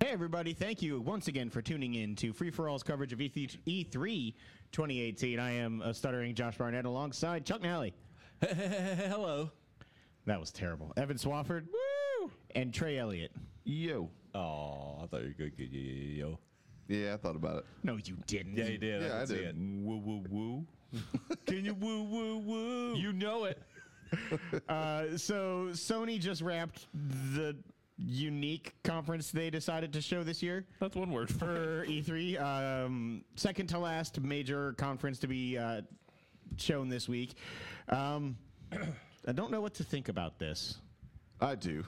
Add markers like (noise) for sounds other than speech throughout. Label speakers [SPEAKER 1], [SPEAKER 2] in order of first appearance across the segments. [SPEAKER 1] Hey, everybody. Thank you once again for tuning in to Free For All's coverage of E E3 2018. I am a stuttering Josh Barnett alongside Chuck Nally.
[SPEAKER 2] (laughs) Hello.
[SPEAKER 1] That was terrible. Evan Swafford. Woo! And Trey Elliott.
[SPEAKER 3] Yo.
[SPEAKER 2] Oh, I thought you were good. Yo, yo, yo.
[SPEAKER 3] Yeah, I thought about it.
[SPEAKER 1] No, you didn't.
[SPEAKER 2] Yeah, you did.
[SPEAKER 3] Yeah,
[SPEAKER 2] I,
[SPEAKER 3] I
[SPEAKER 2] can see
[SPEAKER 3] did.
[SPEAKER 2] it. Woo, woo, woo. Can you woo, woo, woo? You know it.
[SPEAKER 1] Uh, so Sony just wrapped the unique conference they decided to show this year.
[SPEAKER 4] That's one word for
[SPEAKER 1] for E3. Um, second to last major conference to be uh, shown this week. Um, (clears throat) I don't know what to think about this.
[SPEAKER 3] I do.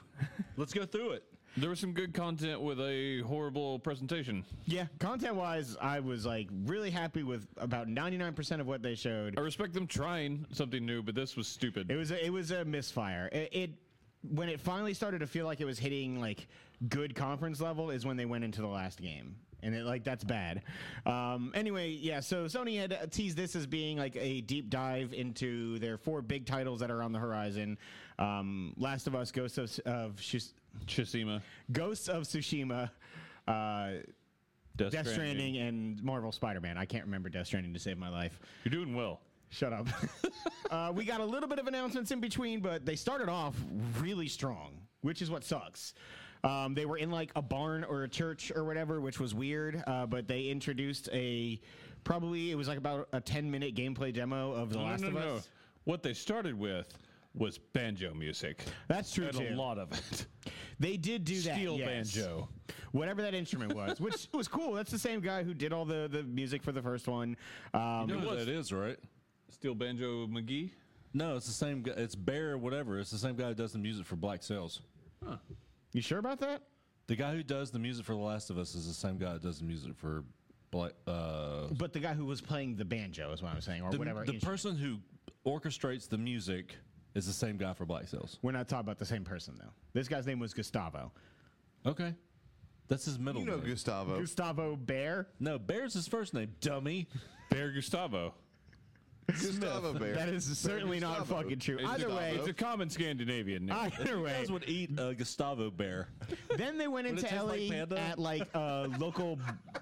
[SPEAKER 2] Let's go through it.
[SPEAKER 4] There was some good content with a horrible presentation.
[SPEAKER 1] Yeah, content wise, I was like really happy with about 99% of what they showed.
[SPEAKER 4] I respect them trying something new, but this was stupid.
[SPEAKER 1] It was a, it was a misfire. It, it when it finally started to feel like it was hitting like good conference level is when they went into the last game. And it, like that's bad. Um, anyway, yeah. So Sony had uh, teased this as being like a deep dive into their four big titles that are on the horizon: um, Last of Us, Ghost of, of Shus-
[SPEAKER 4] Chisima,
[SPEAKER 1] Ghosts of Tsushima, uh, Death
[SPEAKER 4] Death, Stranding.
[SPEAKER 1] Stranding, and Marvel Spider-Man. I can't remember Death Stranding to save my life.
[SPEAKER 4] You're doing well.
[SPEAKER 1] Shut up. (laughs) uh, we got a little bit of announcements in between, but they started off really strong, which is what sucks. Um, they were in like a barn or a church or whatever, which was weird. Uh, but they introduced a probably it was like about a ten minute gameplay demo of The
[SPEAKER 4] No, no,
[SPEAKER 1] Last
[SPEAKER 4] no,
[SPEAKER 1] of
[SPEAKER 4] no.
[SPEAKER 1] Us.
[SPEAKER 4] What they started with was banjo music.
[SPEAKER 1] That's true
[SPEAKER 4] And a
[SPEAKER 1] too.
[SPEAKER 4] lot of it.
[SPEAKER 1] They did do that.
[SPEAKER 4] Steel
[SPEAKER 1] yes.
[SPEAKER 4] banjo.
[SPEAKER 1] whatever that instrument was, (laughs) which was cool. That's the same guy who did all the the music for the first one. Um,
[SPEAKER 2] You know
[SPEAKER 4] was-
[SPEAKER 2] what that is, right?
[SPEAKER 4] Steel banjo McGee.
[SPEAKER 2] No, it's the same guy. It's Bear, whatever. It's the same guy who does the music for Black Sails.
[SPEAKER 1] you sure about that?
[SPEAKER 2] The guy who does the music for The Last of Us is the same guy that does the music for Black. Uh,
[SPEAKER 1] But the guy who was playing the banjo is what I'm saying, or
[SPEAKER 2] the
[SPEAKER 1] whatever.
[SPEAKER 2] the
[SPEAKER 1] instrument.
[SPEAKER 2] person who orchestrates the music is the same guy for Black Sails.
[SPEAKER 1] We're not talking about the same person though. This guy's name was Gustavo.
[SPEAKER 2] Okay, that's his middle
[SPEAKER 3] You know
[SPEAKER 2] name.
[SPEAKER 3] Gustavo.
[SPEAKER 1] Gustavo Bear.
[SPEAKER 2] no, Bear's his first name. Dummy. (laughs)
[SPEAKER 4] Bear Gustavo.
[SPEAKER 3] Gustavo Bear.
[SPEAKER 1] That is certainly not
[SPEAKER 3] Gustavo.
[SPEAKER 1] fucking true.
[SPEAKER 4] It's
[SPEAKER 1] Either
[SPEAKER 4] a,
[SPEAKER 1] way,
[SPEAKER 4] it's a common Scandinavian name.
[SPEAKER 1] (laughs) either
[SPEAKER 2] You
[SPEAKER 1] way.
[SPEAKER 2] guys would eat a E, uh, Gustavo bear.
[SPEAKER 1] Then they went
[SPEAKER 2] Would
[SPEAKER 1] into
[SPEAKER 2] it taste like
[SPEAKER 1] Ellie
[SPEAKER 2] panda?
[SPEAKER 1] at like a local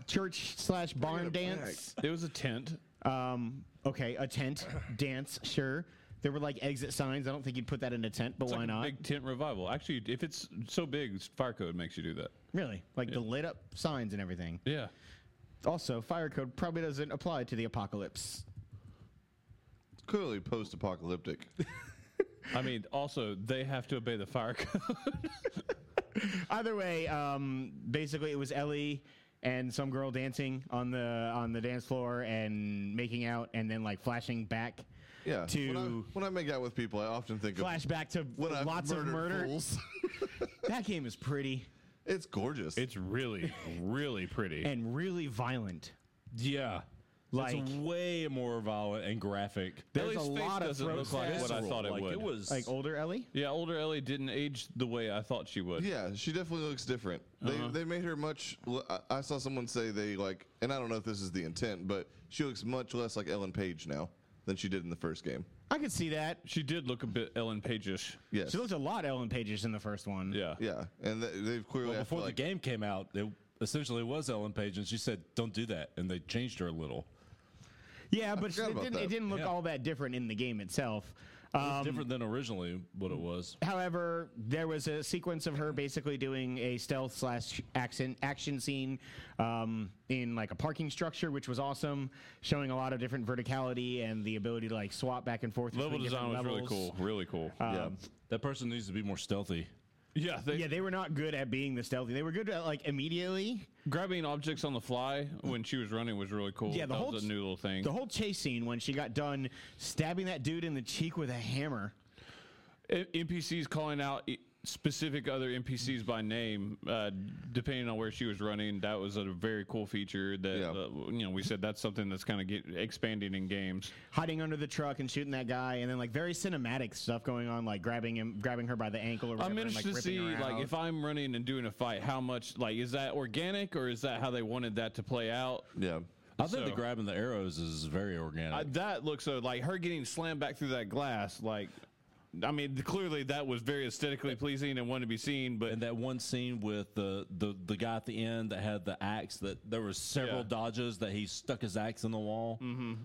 [SPEAKER 1] church slash barn
[SPEAKER 3] it back.
[SPEAKER 1] dance.
[SPEAKER 4] it was a tent.
[SPEAKER 1] Um, okay, a tent dance, sure. There were like exit signs. I don't think you'd put that in a tent, but
[SPEAKER 4] It's
[SPEAKER 1] why
[SPEAKER 4] like a
[SPEAKER 1] not?
[SPEAKER 4] Big tent revival. Actually, if it's so big, fire code makes you do that.
[SPEAKER 1] Really, like the lit up signs and everything.
[SPEAKER 4] Yeah.
[SPEAKER 1] Also, fire code probably doesn't apply to the apocalypse.
[SPEAKER 3] Clearly post apocalyptic.
[SPEAKER 4] I mean, also they have to obey the fire code.
[SPEAKER 1] Either way, um, basically it was Ellie and some girl dancing on the on the dance floor and making out, and then like flashing back.
[SPEAKER 3] Yeah. When I,
[SPEAKER 1] To
[SPEAKER 3] when I make out with people, I often think of
[SPEAKER 1] flashback to
[SPEAKER 3] when I've
[SPEAKER 1] lots of
[SPEAKER 3] murdered
[SPEAKER 1] murder.
[SPEAKER 3] fools. (laughs)
[SPEAKER 1] (laughs) That game is pretty
[SPEAKER 3] it's gorgeous.
[SPEAKER 4] (laughs) It's really, really pretty.
[SPEAKER 1] and really violent.
[SPEAKER 2] Yeah.
[SPEAKER 1] Like
[SPEAKER 2] it's way more violent and graphic.
[SPEAKER 1] there's a lot of
[SPEAKER 4] doesn't
[SPEAKER 1] throat
[SPEAKER 4] look like what I
[SPEAKER 2] Visceral,
[SPEAKER 4] thought it
[SPEAKER 2] like,
[SPEAKER 4] would.
[SPEAKER 2] It was
[SPEAKER 1] like older Ellie.
[SPEAKER 4] yeah, older Ellie didn't age the way I thought she would.
[SPEAKER 3] yeah, she definitely looks different. They, they made her much. l- I- I saw someone say they like, and I don't know if this is the intent, but she looks much less like Ellen Page now than she did in the first game.
[SPEAKER 1] I could see that.
[SPEAKER 4] She did look a bit Ellen Page-ish.
[SPEAKER 3] Yes.
[SPEAKER 1] She looked a lot Ellen Pages in the first one.
[SPEAKER 4] Yeah.
[SPEAKER 3] yeah, and th- they've clearly
[SPEAKER 2] well,
[SPEAKER 3] I feel
[SPEAKER 2] before
[SPEAKER 3] like-
[SPEAKER 2] the game came out, it essentially was Ellen Page, and she said, "Don't do that," and they changed her a little.
[SPEAKER 1] yeah, but it
[SPEAKER 3] forgot about
[SPEAKER 1] didn't, it
[SPEAKER 3] that.
[SPEAKER 1] didn't look
[SPEAKER 2] Yeah.
[SPEAKER 1] all that different in the game itself.
[SPEAKER 2] It was
[SPEAKER 1] Um,
[SPEAKER 2] different than originally what it was.
[SPEAKER 1] However, there was a sequence of her basically doing a stealth slash action action scene um, in like a parking structure, which was awesome, showing a lot of different verticality and the ability to like swap back and forth.
[SPEAKER 4] Level
[SPEAKER 1] between
[SPEAKER 4] design was
[SPEAKER 1] different
[SPEAKER 4] really
[SPEAKER 1] levels. Um,
[SPEAKER 4] cool. Really cool.
[SPEAKER 3] yeah.
[SPEAKER 2] That person needs to be more stealthy.
[SPEAKER 4] yeah, they,
[SPEAKER 1] Yeah, they were not good at being the stealthy. They were good at like immediately.
[SPEAKER 4] grabbing objects on the fly when she was running was really cool.
[SPEAKER 1] Yeah, the
[SPEAKER 4] that
[SPEAKER 1] whole
[SPEAKER 4] was
[SPEAKER 1] t-
[SPEAKER 4] a new little thing.
[SPEAKER 1] The whole chase scene when she got done stabbing that dude in the cheek with a hammer.
[SPEAKER 4] I- NPCs calling out i- specific other NPCs by name, uh, depending on where she was running. That was a very cool feature. That
[SPEAKER 3] Yeah.
[SPEAKER 4] uh, you know, we said that's something that's kind of expanding in games.
[SPEAKER 1] Hiding under the truck and shooting that guy, and then like very cinematic stuff going on, like grabbing him, grabbing her by the ankle or whatever.
[SPEAKER 4] I'm
[SPEAKER 1] and,
[SPEAKER 4] interested
[SPEAKER 1] like,
[SPEAKER 4] to
[SPEAKER 1] ripping
[SPEAKER 4] see,
[SPEAKER 1] her out.
[SPEAKER 4] like, if I'm running and doing a fight, how much, like, is that organic or is that how they wanted that to play out?
[SPEAKER 3] yeah.
[SPEAKER 2] I think the
[SPEAKER 4] So-
[SPEAKER 2] grabbing the arrows is very organic.
[SPEAKER 4] uh, I, that looks so, like, her getting slammed back through that glass, like, I mean, clearly that was very aesthetically pleasing and wanted to be seen, but
[SPEAKER 2] And that one scene with the, the the guy at the end that had the axe that there were several
[SPEAKER 4] Yeah. Mm-hmm.
[SPEAKER 2] dodges that he stuck his axe in the wall.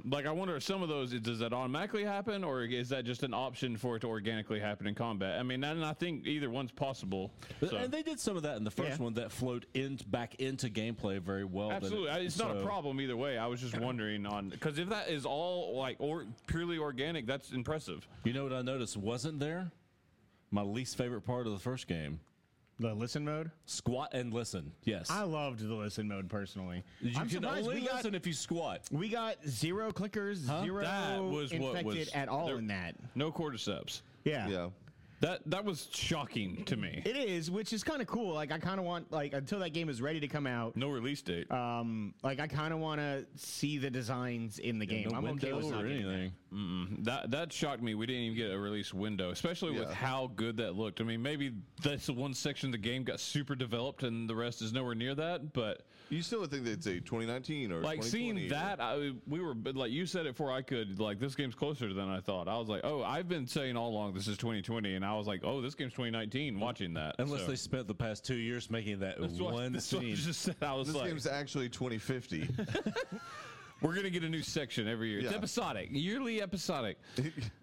[SPEAKER 4] like I wonder if some of those does that automatically happen or is that just an option for it to organically happen in combat? I mean, and I think either one's possible.
[SPEAKER 2] Th-
[SPEAKER 4] so.
[SPEAKER 2] And they did some of that in the first
[SPEAKER 1] Yeah.
[SPEAKER 2] one that flowed in back into gameplay very well. that it-
[SPEAKER 4] Absolutely, I- it's not a
[SPEAKER 2] so-
[SPEAKER 4] problem either way. I was
[SPEAKER 2] (clears throat)
[SPEAKER 4] just wondering on because if that is all like or purely organic, that's impressive.
[SPEAKER 2] You know what I noticed wasn't there? My least favorite part of the first game:
[SPEAKER 1] The listen mode.
[SPEAKER 2] squat and listen. Yes,
[SPEAKER 1] I loved the listen mode personally.
[SPEAKER 2] you
[SPEAKER 1] I'm
[SPEAKER 2] can
[SPEAKER 1] surprised
[SPEAKER 2] only
[SPEAKER 1] we got
[SPEAKER 2] listen if you squat.
[SPEAKER 1] we got zero clickers, zero
[SPEAKER 4] That was what
[SPEAKER 1] infected
[SPEAKER 4] was-
[SPEAKER 1] at all
[SPEAKER 4] there-
[SPEAKER 1] in that.
[SPEAKER 4] No cordyceps.
[SPEAKER 1] Yeah.
[SPEAKER 3] Yeah.
[SPEAKER 4] That that was shocking to me.
[SPEAKER 1] It is, which is kind of cool. Like I kind of want like until that game is ready to come out.
[SPEAKER 4] No release date.
[SPEAKER 2] Uh,
[SPEAKER 1] Um, like I kind of want to see the designs in the game.
[SPEAKER 2] No
[SPEAKER 1] I'm okay
[SPEAKER 2] window
[SPEAKER 1] with not
[SPEAKER 2] or
[SPEAKER 1] getting
[SPEAKER 2] anything.
[SPEAKER 4] That that shocked me. We didn't even get a release window, especially with
[SPEAKER 3] Yeah.
[SPEAKER 4] how good that looked. I mean, maybe that's the one section of the game got super developed, and the rest is nowhere near that. But
[SPEAKER 3] You still would think they'd say 2019 or
[SPEAKER 4] like seeing
[SPEAKER 3] 2020
[SPEAKER 4] that, I, we were but like you said it before I could. Like this game's closer than I thought. I was like, oh, I've been saying all along this is 2020, and I was like, oh, this game's 2019. Watching that,
[SPEAKER 2] Unless
[SPEAKER 4] So-
[SPEAKER 2] they spent the past two years making that
[SPEAKER 4] That's what-
[SPEAKER 2] one
[SPEAKER 4] that's what I
[SPEAKER 2] scene.
[SPEAKER 4] just said. I was
[SPEAKER 3] This
[SPEAKER 4] like,
[SPEAKER 3] game's actually
[SPEAKER 4] (laughs)
[SPEAKER 3] 2050.
[SPEAKER 4] we're gonna get a new section every year. It's
[SPEAKER 3] Yeah.
[SPEAKER 4] episodic, yearly episodic.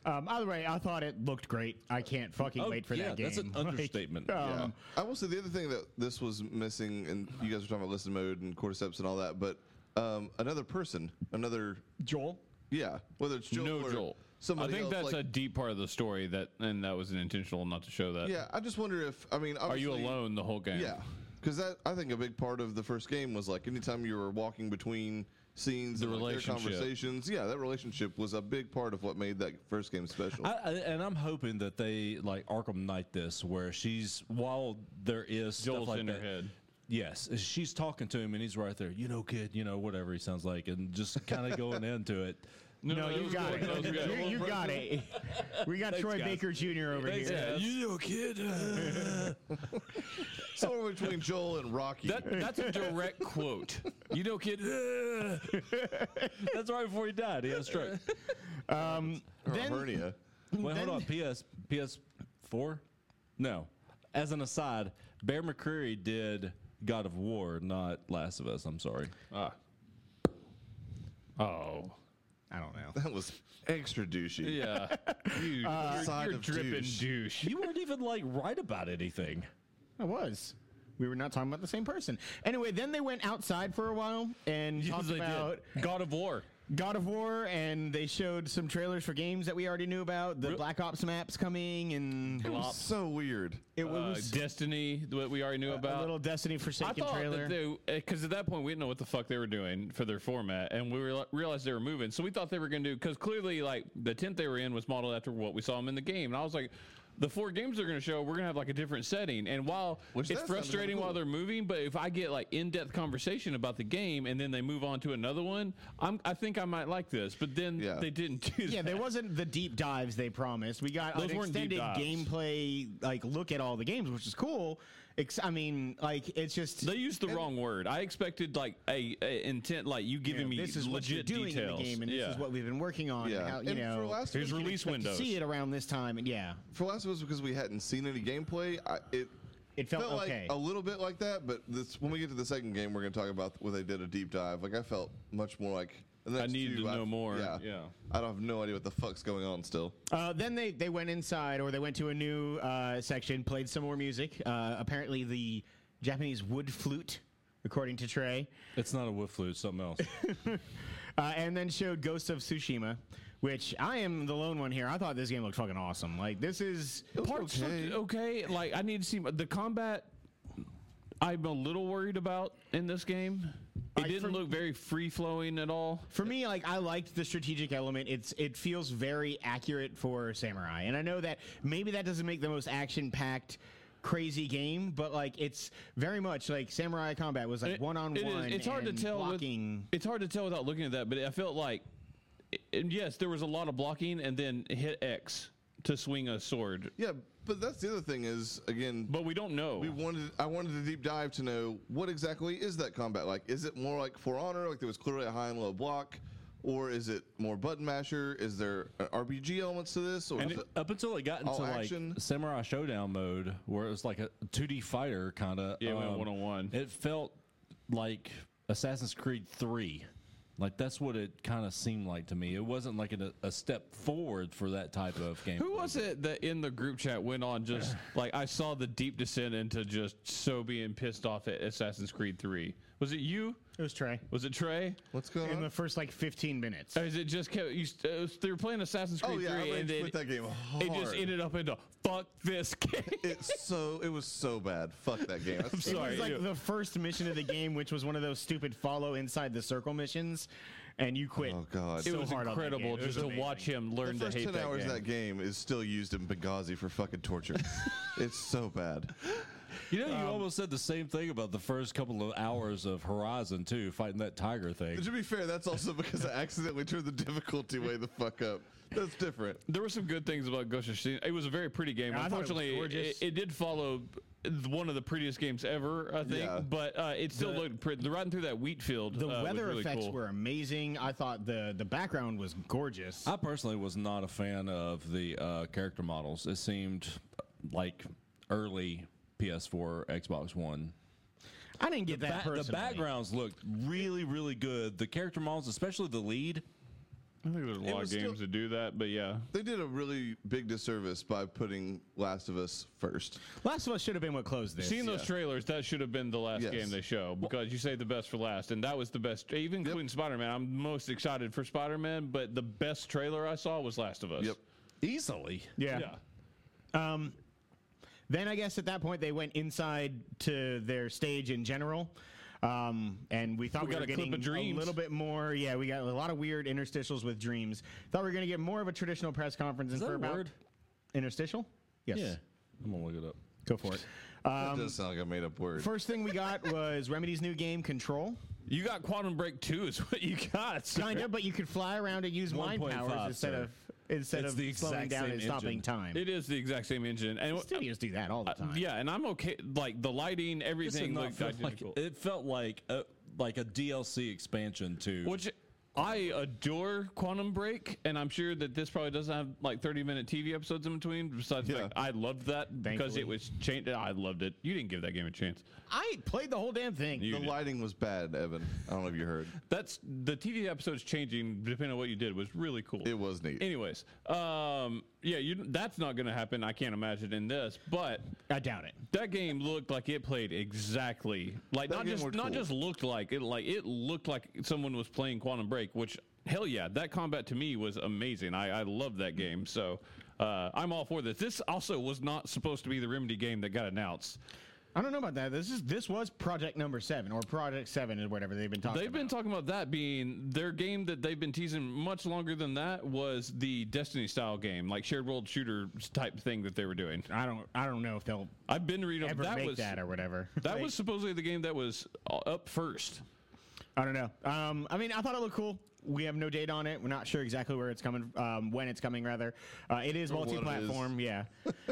[SPEAKER 1] Um, either way, I thought it looked great. I can't fucking
[SPEAKER 2] Oh,
[SPEAKER 1] wait for
[SPEAKER 2] yeah,
[SPEAKER 1] that game. (laughs)
[SPEAKER 2] that's an
[SPEAKER 1] Like,
[SPEAKER 2] understatement.
[SPEAKER 1] um,
[SPEAKER 3] Yeah. I will say the other thing that this was missing, and you guys were talking about listen mode and cordyceps and all that, but um, another person, another,
[SPEAKER 1] Joel.
[SPEAKER 3] yeah, whether it's Joel
[SPEAKER 4] no
[SPEAKER 3] or
[SPEAKER 4] Joel.
[SPEAKER 3] somebody
[SPEAKER 4] I think
[SPEAKER 3] else,
[SPEAKER 4] that's
[SPEAKER 3] like-
[SPEAKER 4] a deep part of the story that, and that was an intentional not to show that.
[SPEAKER 3] yeah. I just wonder if I mean,
[SPEAKER 4] Are you
[SPEAKER 3] obviously-
[SPEAKER 4] alone the whole game?
[SPEAKER 3] Yeah, because that I think a big part of the first game was like anytime you were walking between scenes,
[SPEAKER 4] The
[SPEAKER 3] and, like,
[SPEAKER 4] relationship.
[SPEAKER 3] their conversations. Yeah, that relationship was a big part of what made that first game special.
[SPEAKER 2] I, I, and I'm hoping that they like Arkham Knight this, where she's while there is
[SPEAKER 4] Joel's
[SPEAKER 2] stuff like
[SPEAKER 4] in
[SPEAKER 2] that,
[SPEAKER 4] her head.
[SPEAKER 2] Yes, she's talking to him, and he's right there. You know, kid. You know, whatever he sounds like, and just kind of (laughs) going into it.
[SPEAKER 1] No,
[SPEAKER 4] that
[SPEAKER 1] you
[SPEAKER 4] was
[SPEAKER 1] got
[SPEAKER 4] good. That was
[SPEAKER 1] it.
[SPEAKER 4] good.
[SPEAKER 1] You, you got it.
[SPEAKER 2] (laughs)
[SPEAKER 1] We got Troy
[SPEAKER 2] guys.
[SPEAKER 1] Baker Jr. over here.
[SPEAKER 2] Yeah, you know, kid. (laughs)
[SPEAKER 3] Somewhere between Joel and Rocky.
[SPEAKER 4] (laughs) That, that's a direct quote. You know, kid. uh,
[SPEAKER 2] (laughs) That's right before he died. He had a stroke.
[SPEAKER 1] Um,
[SPEAKER 3] or a
[SPEAKER 1] then-
[SPEAKER 3] hernia.
[SPEAKER 2] Wait,
[SPEAKER 1] Then-
[SPEAKER 4] (laughs)
[SPEAKER 2] hold on. PS PS four? No. As an aside, Bear McCreary did God of War, not Last of Us. I'm sorry.
[SPEAKER 4] ah. Oh.
[SPEAKER 1] I don't know.
[SPEAKER 3] That was extra douchey. Uh,
[SPEAKER 4] Yeah.
[SPEAKER 3] (laughs)
[SPEAKER 4] You, you're
[SPEAKER 3] Side
[SPEAKER 4] you're
[SPEAKER 3] of
[SPEAKER 4] dripping douche.
[SPEAKER 3] douche.
[SPEAKER 2] You weren't even like right about anything.
[SPEAKER 1] I was. We were not talking about the same person. Anyway, then they went outside for a while and talked about
[SPEAKER 4] God of War.
[SPEAKER 1] God of War, and they showed some trailers for games that we already knew about. The Black Ops maps coming, and
[SPEAKER 3] It was so weird.
[SPEAKER 1] it
[SPEAKER 4] Uh,
[SPEAKER 1] was
[SPEAKER 4] Destiny, what we already knew
[SPEAKER 1] a
[SPEAKER 4] about.
[SPEAKER 1] little Destiny
[SPEAKER 4] I
[SPEAKER 1] Forsaken
[SPEAKER 4] thought
[SPEAKER 1] trailer.
[SPEAKER 4] that they, because at that point we didn't know what the fuck they were doing for their format, and we real- realized they were moving. So we thought they were going to do because clearly, like the tent they were in was modeled after what we saw them in the game, and I was like. The four games they're going to show, we're going to have like a different setting. And while
[SPEAKER 3] Which
[SPEAKER 4] it's
[SPEAKER 3] that sounded really
[SPEAKER 4] frustrating while
[SPEAKER 3] cool.
[SPEAKER 4] they're moving, but if I get like in-depth conversation about the game and then they move on to another one, I'm I think I might like this. But then
[SPEAKER 3] Yeah.
[SPEAKER 4] they didn't do
[SPEAKER 1] yeah,
[SPEAKER 4] that.
[SPEAKER 1] there wasn't the deep dives they promised. We got
[SPEAKER 4] Those
[SPEAKER 1] an
[SPEAKER 4] weren't deep
[SPEAKER 1] extended
[SPEAKER 4] dives.
[SPEAKER 1] gameplay, like look at all the games, which is cool. Ex- I mean, like it's just
[SPEAKER 4] They used the wrong word. I expected like a, a intent, like you
[SPEAKER 1] you know,
[SPEAKER 4] giving me
[SPEAKER 1] this is what you're
[SPEAKER 4] legit
[SPEAKER 1] doing
[SPEAKER 4] details.
[SPEAKER 1] in the game, and this
[SPEAKER 4] Yeah.
[SPEAKER 1] is what we've been working on.
[SPEAKER 3] Yeah.
[SPEAKER 1] and how, you
[SPEAKER 3] And
[SPEAKER 1] know,
[SPEAKER 3] for last
[SPEAKER 4] Here's
[SPEAKER 3] week,
[SPEAKER 4] release
[SPEAKER 1] expect
[SPEAKER 4] windows.
[SPEAKER 1] to see it around this time, and yeah,
[SPEAKER 3] For Last of Us, because we hadn't seen any gameplay, I, it
[SPEAKER 1] It felt
[SPEAKER 3] like
[SPEAKER 1] okay.
[SPEAKER 3] a little bit like that. But this, when we get to the second game, we're going to talk about where they did a deep dive. Like I felt much more like the next
[SPEAKER 4] need
[SPEAKER 3] two,
[SPEAKER 4] to know more. Yeah.
[SPEAKER 3] I don't have no idea what the fuck's going on still.
[SPEAKER 1] Uh, then they, they went inside or they went to a new uh, section, played some more music. Uh, apparently, the Japanese wood flute, according to Trey,
[SPEAKER 2] It's not a wood flute, something else.
[SPEAKER 1] uh, and then showed Ghost of Tsushima, which I am the lone one here. I thought this game looked fucking awesome. Like, this is.
[SPEAKER 4] parts looked
[SPEAKER 3] okay.
[SPEAKER 4] okay. Like I need to see the combat. I'm a little worried about in this game. It
[SPEAKER 1] I-
[SPEAKER 4] didn't
[SPEAKER 1] for-
[SPEAKER 4] look very free flowing at all.
[SPEAKER 1] For me, like I liked the strategic element. It's it feels very accurate for samurai, and I know that maybe that doesn't make the most action packed, crazy game, but like it's very much like samurai combat was like
[SPEAKER 4] It-
[SPEAKER 1] one on
[SPEAKER 4] it is-
[SPEAKER 1] one.
[SPEAKER 4] It's hard to tell. with-
[SPEAKER 1] Blocking.
[SPEAKER 4] it's hard to tell without looking at that. But I felt like, and yes, there was a lot of blocking, and then hit X to swing a sword.
[SPEAKER 3] Yeah, but that's the other thing is again.
[SPEAKER 4] But we don't know.
[SPEAKER 3] we wanted. I wanted to deep dive to know what exactly is that combat like. Is it more like For Honor, like there was clearly a high and low block, or is it more button masher? Is there uh, RPG elements to this? Or
[SPEAKER 2] And
[SPEAKER 3] is
[SPEAKER 2] it-
[SPEAKER 3] it-
[SPEAKER 2] up until it got into
[SPEAKER 3] all
[SPEAKER 2] like
[SPEAKER 3] action?
[SPEAKER 2] Samurai Showdown mode, where it was like a 2D fighter kind of.
[SPEAKER 4] Yeah, it went one-on-one.
[SPEAKER 2] It felt like Assassin's Creed 3. Like that's what it kind of seemed like to me. It wasn't like an, a step forward for that type of game.
[SPEAKER 4] Who was it that in the group chat went
[SPEAKER 1] (sighs)
[SPEAKER 4] on just like I saw the deep descent into just so being pissed off at Assassin's Creed 3? Was it you?
[SPEAKER 1] It was Trey.
[SPEAKER 4] Was it Trey?
[SPEAKER 3] what's going
[SPEAKER 1] In
[SPEAKER 3] on?
[SPEAKER 1] the first like 15 minutes.
[SPEAKER 4] Or Uh, is it just kept, you, st- uh, they were playing Assassin's
[SPEAKER 3] oh
[SPEAKER 4] Creed
[SPEAKER 3] yeah,
[SPEAKER 4] 3
[SPEAKER 3] I
[SPEAKER 4] and
[SPEAKER 3] rage
[SPEAKER 4] then
[SPEAKER 3] quit that game hard.
[SPEAKER 4] it just ended up into fuck this (laughs) game.
[SPEAKER 3] (laughs) It's so it was so bad. Fuck that game. I'm
[SPEAKER 1] It
[SPEAKER 4] sorry.
[SPEAKER 1] was like the first mission of the game, which was one of those stupid follow inside the circle missions, and you quit.
[SPEAKER 3] Oh, God.
[SPEAKER 1] so
[SPEAKER 4] it was
[SPEAKER 1] hard on that game.
[SPEAKER 4] incredible
[SPEAKER 1] It was
[SPEAKER 4] just to
[SPEAKER 1] amazing.
[SPEAKER 4] watch him learn
[SPEAKER 3] the
[SPEAKER 4] to
[SPEAKER 3] first
[SPEAKER 4] hate
[SPEAKER 3] ten
[SPEAKER 4] that
[SPEAKER 3] hours
[SPEAKER 4] game.
[SPEAKER 3] of that game is still used in Benghazi for fucking torture. it's so bad.
[SPEAKER 2] You know, you almost said the same thing about the first couple of hours of Horizon 2 fighting that tiger thing.
[SPEAKER 3] To be fair, that's also because I accidentally turned the difficulty way the fuck up. That's different.
[SPEAKER 4] There were some good things about Ghost of Tsushima. It was a very pretty game.
[SPEAKER 1] Yeah, I thought it was
[SPEAKER 4] Unfortunately, it,
[SPEAKER 1] gorgeous.
[SPEAKER 4] it did follow th- one of the prettiest games ever, I think.
[SPEAKER 3] Yeah.
[SPEAKER 4] But uh, it still looked pretty. The riding through that wheat field.
[SPEAKER 1] The
[SPEAKER 4] uh, was
[SPEAKER 1] weather
[SPEAKER 4] really
[SPEAKER 1] effects
[SPEAKER 4] cool.
[SPEAKER 1] were amazing. I thought the the background was gorgeous.
[SPEAKER 2] I personally was not a fan of the uh, character models. It seemed uh, like early PS4, Xbox One.
[SPEAKER 1] I didn't get that
[SPEAKER 2] Ba-
[SPEAKER 1] personally.
[SPEAKER 2] the backgrounds looked really, really good. The character models, especially the lead.
[SPEAKER 4] I think there's a lot of
[SPEAKER 3] was
[SPEAKER 4] games
[SPEAKER 3] still-
[SPEAKER 4] that do that, but yeah.
[SPEAKER 3] They did a really big disservice by putting Last of Us first.
[SPEAKER 1] Last of Us should have been what closed this.
[SPEAKER 4] Seeing those trailers, that should have been the last
[SPEAKER 3] Yes.
[SPEAKER 4] game they show because you saved the best for last, and that was the best, even including Spider Man. I'm most excited for Spider Man, but the best trailer I saw was Last of Us.
[SPEAKER 3] Yep.
[SPEAKER 2] Easily.
[SPEAKER 1] yeah.
[SPEAKER 4] Yeah.
[SPEAKER 1] Um, then I guess at that point they went inside to their stage in general. Um, and we thought we,
[SPEAKER 4] got
[SPEAKER 1] were
[SPEAKER 4] a clip
[SPEAKER 1] getting
[SPEAKER 4] of Dreams.
[SPEAKER 1] a little bit more. Yeah, we got a lot of weird interstitials with dreams. Thought we were going to get more of a traditional press conference. and
[SPEAKER 2] Is that
[SPEAKER 1] for
[SPEAKER 2] a
[SPEAKER 1] about
[SPEAKER 2] word?
[SPEAKER 1] interstitial? Yes.
[SPEAKER 2] Yeah. I'm going to look it up.
[SPEAKER 1] Go for it.
[SPEAKER 3] That
[SPEAKER 1] Um,
[SPEAKER 3] does sound like a made up word.
[SPEAKER 1] first thing we
[SPEAKER 2] (laughs)
[SPEAKER 1] got was Remedy's new game, Control.
[SPEAKER 4] You got Quantum Break 2 is (laughs) what you got. sir.
[SPEAKER 1] Kind of, but you could fly around and use mind
[SPEAKER 2] 1.5,
[SPEAKER 1] powers instead
[SPEAKER 2] sir.
[SPEAKER 1] of instead
[SPEAKER 2] It's
[SPEAKER 1] of
[SPEAKER 2] the
[SPEAKER 1] slowing
[SPEAKER 2] exact
[SPEAKER 1] down
[SPEAKER 2] same
[SPEAKER 1] and stopping
[SPEAKER 2] engine. Uh,
[SPEAKER 1] time.
[SPEAKER 4] It is the exact same engine. And
[SPEAKER 1] Studios do that all the time.
[SPEAKER 4] Yeah, and I'm okay. Like the lighting,
[SPEAKER 2] This did
[SPEAKER 4] everything
[SPEAKER 2] not
[SPEAKER 4] looked
[SPEAKER 2] feel like,
[SPEAKER 4] identical.
[SPEAKER 2] it felt like a, like a DLC expansion to.
[SPEAKER 4] Which I adore Quantum Break, and I'm sure that this probably doesn't have like 30 minute TV episodes in between. Besides,
[SPEAKER 3] Yeah.
[SPEAKER 4] like, I loved that because
[SPEAKER 1] Thankfully.
[SPEAKER 4] it was changed. I loved it. You didn't give that game a chance.
[SPEAKER 1] I played the whole damn thing.
[SPEAKER 3] the lighting was bad, Evan. I don't know if you
[SPEAKER 4] (laughs)
[SPEAKER 3] heard.
[SPEAKER 4] That's the TV episodes changing depending on what you did was really cool.
[SPEAKER 3] It was neat.
[SPEAKER 4] Anyways, um, yeah, you, that's not going to happen. I can't imagine in this, but
[SPEAKER 1] I doubt it.
[SPEAKER 4] That game looked like it played exactly like
[SPEAKER 3] That
[SPEAKER 4] not
[SPEAKER 3] game
[SPEAKER 4] just
[SPEAKER 3] looked
[SPEAKER 4] not
[SPEAKER 3] cool.
[SPEAKER 4] just looked like it like it looked like someone was playing Quantum Break, which hell yeah, that combat to me was amazing. I, I love that game, so uh, I'm all for this. This also was not supposed to be the Remedy game that got announced.
[SPEAKER 1] I don't know about that. This is this was project number seven or project seven or whatever they've been talking.
[SPEAKER 4] They've been
[SPEAKER 1] about.
[SPEAKER 4] talking about that being their game that they've been teasing much longer than that was the Destiny style game, like shared world shooter type thing that they were doing.
[SPEAKER 1] I don't. I don't know if they'll
[SPEAKER 4] I've been reading
[SPEAKER 1] ever
[SPEAKER 4] that
[SPEAKER 1] make
[SPEAKER 4] was
[SPEAKER 1] that or whatever.
[SPEAKER 4] that
[SPEAKER 1] Like,
[SPEAKER 4] was supposedly the game that was uh, up first.
[SPEAKER 1] I don't know. Um, I mean, I thought it looked cool. We have no date on it. We're not sure exactly where it's coming. Um, when it's coming, rather. Uh, it is
[SPEAKER 3] what it is.
[SPEAKER 1] multi-platform. Yeah.
[SPEAKER 3] (laughs)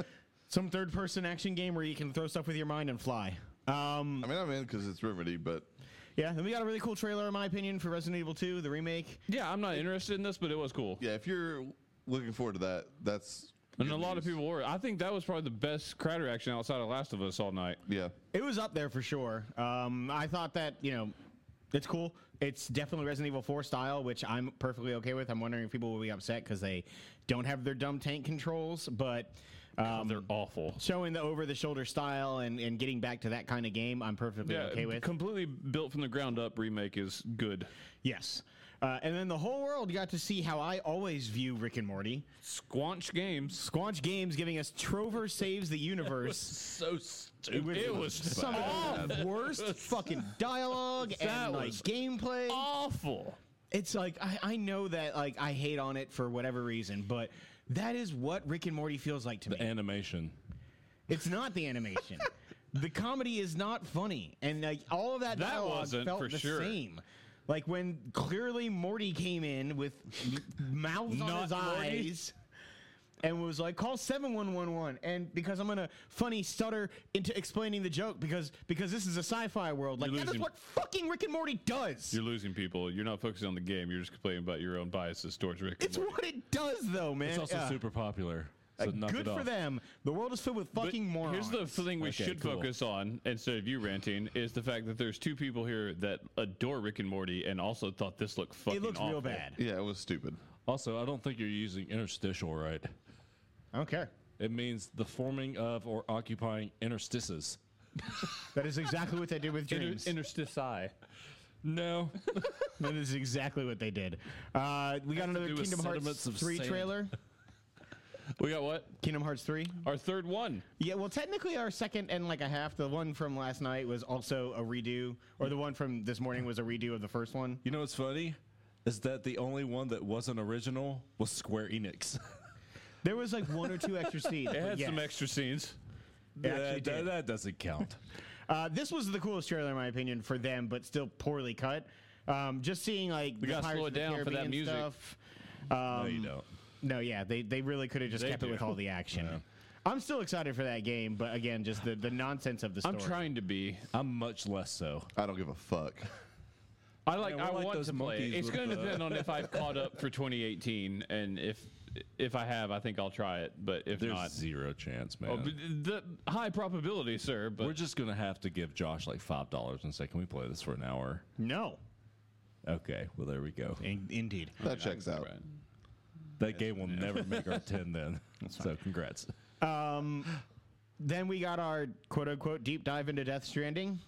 [SPEAKER 1] Some third-person action game where you can throw stuff with your mind and fly. Um,
[SPEAKER 3] I mean, I'm in because it's Remedy, but
[SPEAKER 1] yeah. And we got a really cool trailer, in my opinion, for Resident Evil 2, the remake.
[SPEAKER 4] Yeah, I'm not interested in this, but it was cool.
[SPEAKER 3] yeah, if you're looking forward to that, that's.
[SPEAKER 4] and
[SPEAKER 3] good
[SPEAKER 4] a lot of
[SPEAKER 3] news.
[SPEAKER 4] people were. I think that was probably the best crowd reaction outside of Last of Us all night.
[SPEAKER 3] Yeah.
[SPEAKER 1] It was up there for sure. Um, I thought that you know, it's cool. It's definitely Resident Evil 4 style, which I'm perfectly okay with. I'm wondering if people will be upset because they don't have their dumb tank controls, but um,
[SPEAKER 4] They're awful.
[SPEAKER 1] showing the over-the-shoulder style and, and getting back to that kind of game, I'm perfectly
[SPEAKER 4] Yeah,
[SPEAKER 1] okay with.
[SPEAKER 4] completely built from the ground up remake is good.
[SPEAKER 1] yes. Uh, and then the whole world got to see how I always view Rick and Morty.
[SPEAKER 4] Squanch games.
[SPEAKER 1] Squanch Games giving us Trover Saves the Universe.
[SPEAKER 4] (laughs)
[SPEAKER 2] so stupid.
[SPEAKER 4] It was
[SPEAKER 1] Some of the worst fucking dialogue
[SPEAKER 4] That
[SPEAKER 1] and like
[SPEAKER 4] was
[SPEAKER 1] gameplay.
[SPEAKER 4] awful.
[SPEAKER 1] it's like I, I know that like I hate on it for whatever reason, but that is what Rick and Morty feels like to me.
[SPEAKER 2] Animation.
[SPEAKER 1] It's not the
[SPEAKER 4] (laughs)
[SPEAKER 1] animation. the comedy is not funny, and like all of that,
[SPEAKER 4] That
[SPEAKER 1] dialogue
[SPEAKER 4] wasn't
[SPEAKER 1] felt
[SPEAKER 4] for
[SPEAKER 1] the
[SPEAKER 4] sure.
[SPEAKER 1] same. Like when clearly Morty came in with m- mouths on
[SPEAKER 4] Not
[SPEAKER 1] his
[SPEAKER 4] Morty.
[SPEAKER 1] eyes. and was like, "Call seven one one one." And because I'm gonna funny stutter into explaining the joke because because this is a sci-fi world. Like
[SPEAKER 4] You're
[SPEAKER 1] that is
[SPEAKER 4] losing-
[SPEAKER 1] what fucking Rick and Morty does.
[SPEAKER 4] You're losing people. You're not focusing on the game. You're just complaining about your own biases towards Rick. and
[SPEAKER 1] It's
[SPEAKER 4] Morty.
[SPEAKER 1] what it does, though, man.
[SPEAKER 2] It's also
[SPEAKER 1] Yeah. Uh,
[SPEAKER 2] super popular. So knock
[SPEAKER 1] Good
[SPEAKER 2] it off.
[SPEAKER 1] for them. The world is filled with
[SPEAKER 4] But
[SPEAKER 1] fucking morons.
[SPEAKER 4] Here's the thing we
[SPEAKER 2] Okay,
[SPEAKER 4] should
[SPEAKER 2] cool.
[SPEAKER 4] focus on instead of you ranting is the fact that there's two people here that adore Rick and Morty and also thought this looked fucking.
[SPEAKER 1] it looks
[SPEAKER 4] awful.
[SPEAKER 1] real bad.
[SPEAKER 3] Yeah, it was stupid.
[SPEAKER 2] Also, I don't think you're using interstitial right.
[SPEAKER 1] I don't care.
[SPEAKER 2] It means the forming of or occupying interstices.
[SPEAKER 1] That is exactly what they did
[SPEAKER 4] (laughs)
[SPEAKER 1] with dreams.
[SPEAKER 4] interstici.
[SPEAKER 2] No.
[SPEAKER 1] (laughs) that is exactly what they did. Uh, we got another
[SPEAKER 2] do with
[SPEAKER 1] Kingdom Hearts
[SPEAKER 2] sediments of
[SPEAKER 1] three
[SPEAKER 4] (laughs)
[SPEAKER 2] sand.
[SPEAKER 1] trailer.
[SPEAKER 4] We got what?
[SPEAKER 1] Kingdom Hearts three.
[SPEAKER 4] Our third one.
[SPEAKER 1] Yeah, well, technically, our second and like a half. The one from last night was also a redo, or the one from this morning was a redo of the first one.
[SPEAKER 2] you know what's funny? Is that the only one that wasn't original was Square Enix.
[SPEAKER 1] There was like one or two
[SPEAKER 4] (laughs)
[SPEAKER 1] extra seats.
[SPEAKER 4] It
[SPEAKER 1] but
[SPEAKER 4] had some
[SPEAKER 1] yes,
[SPEAKER 4] extra scenes.
[SPEAKER 1] it actually
[SPEAKER 2] (laughs) that,
[SPEAKER 1] did.
[SPEAKER 2] that doesn't count.
[SPEAKER 1] Uh, this was the coolest trailer, in my opinion, for them, but still poorly cut. Um, just seeing like we the
[SPEAKER 4] gotta
[SPEAKER 1] Pirates
[SPEAKER 4] slow
[SPEAKER 1] of
[SPEAKER 4] it
[SPEAKER 1] the
[SPEAKER 4] down for that
[SPEAKER 1] Caribbean
[SPEAKER 4] music.
[SPEAKER 1] Stuff. Um,
[SPEAKER 2] no, you don't.
[SPEAKER 1] no, yeah, they they really could have just
[SPEAKER 4] They
[SPEAKER 1] kept it
[SPEAKER 4] do.
[SPEAKER 1] with all the action. I'm still excited for that game, but again, just the, the nonsense of the story.
[SPEAKER 4] I'm trying to be.
[SPEAKER 2] I'm much less so.
[SPEAKER 3] I don't give a
[SPEAKER 4] (laughs)
[SPEAKER 3] fuck.
[SPEAKER 4] I like.
[SPEAKER 2] Yeah, we're
[SPEAKER 4] I
[SPEAKER 2] like
[SPEAKER 4] want
[SPEAKER 2] those
[SPEAKER 4] to play.
[SPEAKER 2] monkeys
[SPEAKER 4] it. It's
[SPEAKER 2] with
[SPEAKER 4] going to
[SPEAKER 2] the-
[SPEAKER 4] depend on if I've caught up for 2018, and if if I have, I think I'll try it. But if
[SPEAKER 2] There's
[SPEAKER 4] not,
[SPEAKER 2] zero chance, man.
[SPEAKER 4] oh, but the high probability, sir. But
[SPEAKER 2] We're just gonna have to give Josh like five dollars and say, "Can we play this for an hour?"
[SPEAKER 1] no,
[SPEAKER 2] Okay, well there we go.
[SPEAKER 1] In- indeed.
[SPEAKER 3] That checks out.
[SPEAKER 4] Right.
[SPEAKER 2] That game will never make our ten then. So congrats.
[SPEAKER 1] Then we got our quote unquote deep dive into Death Stranding.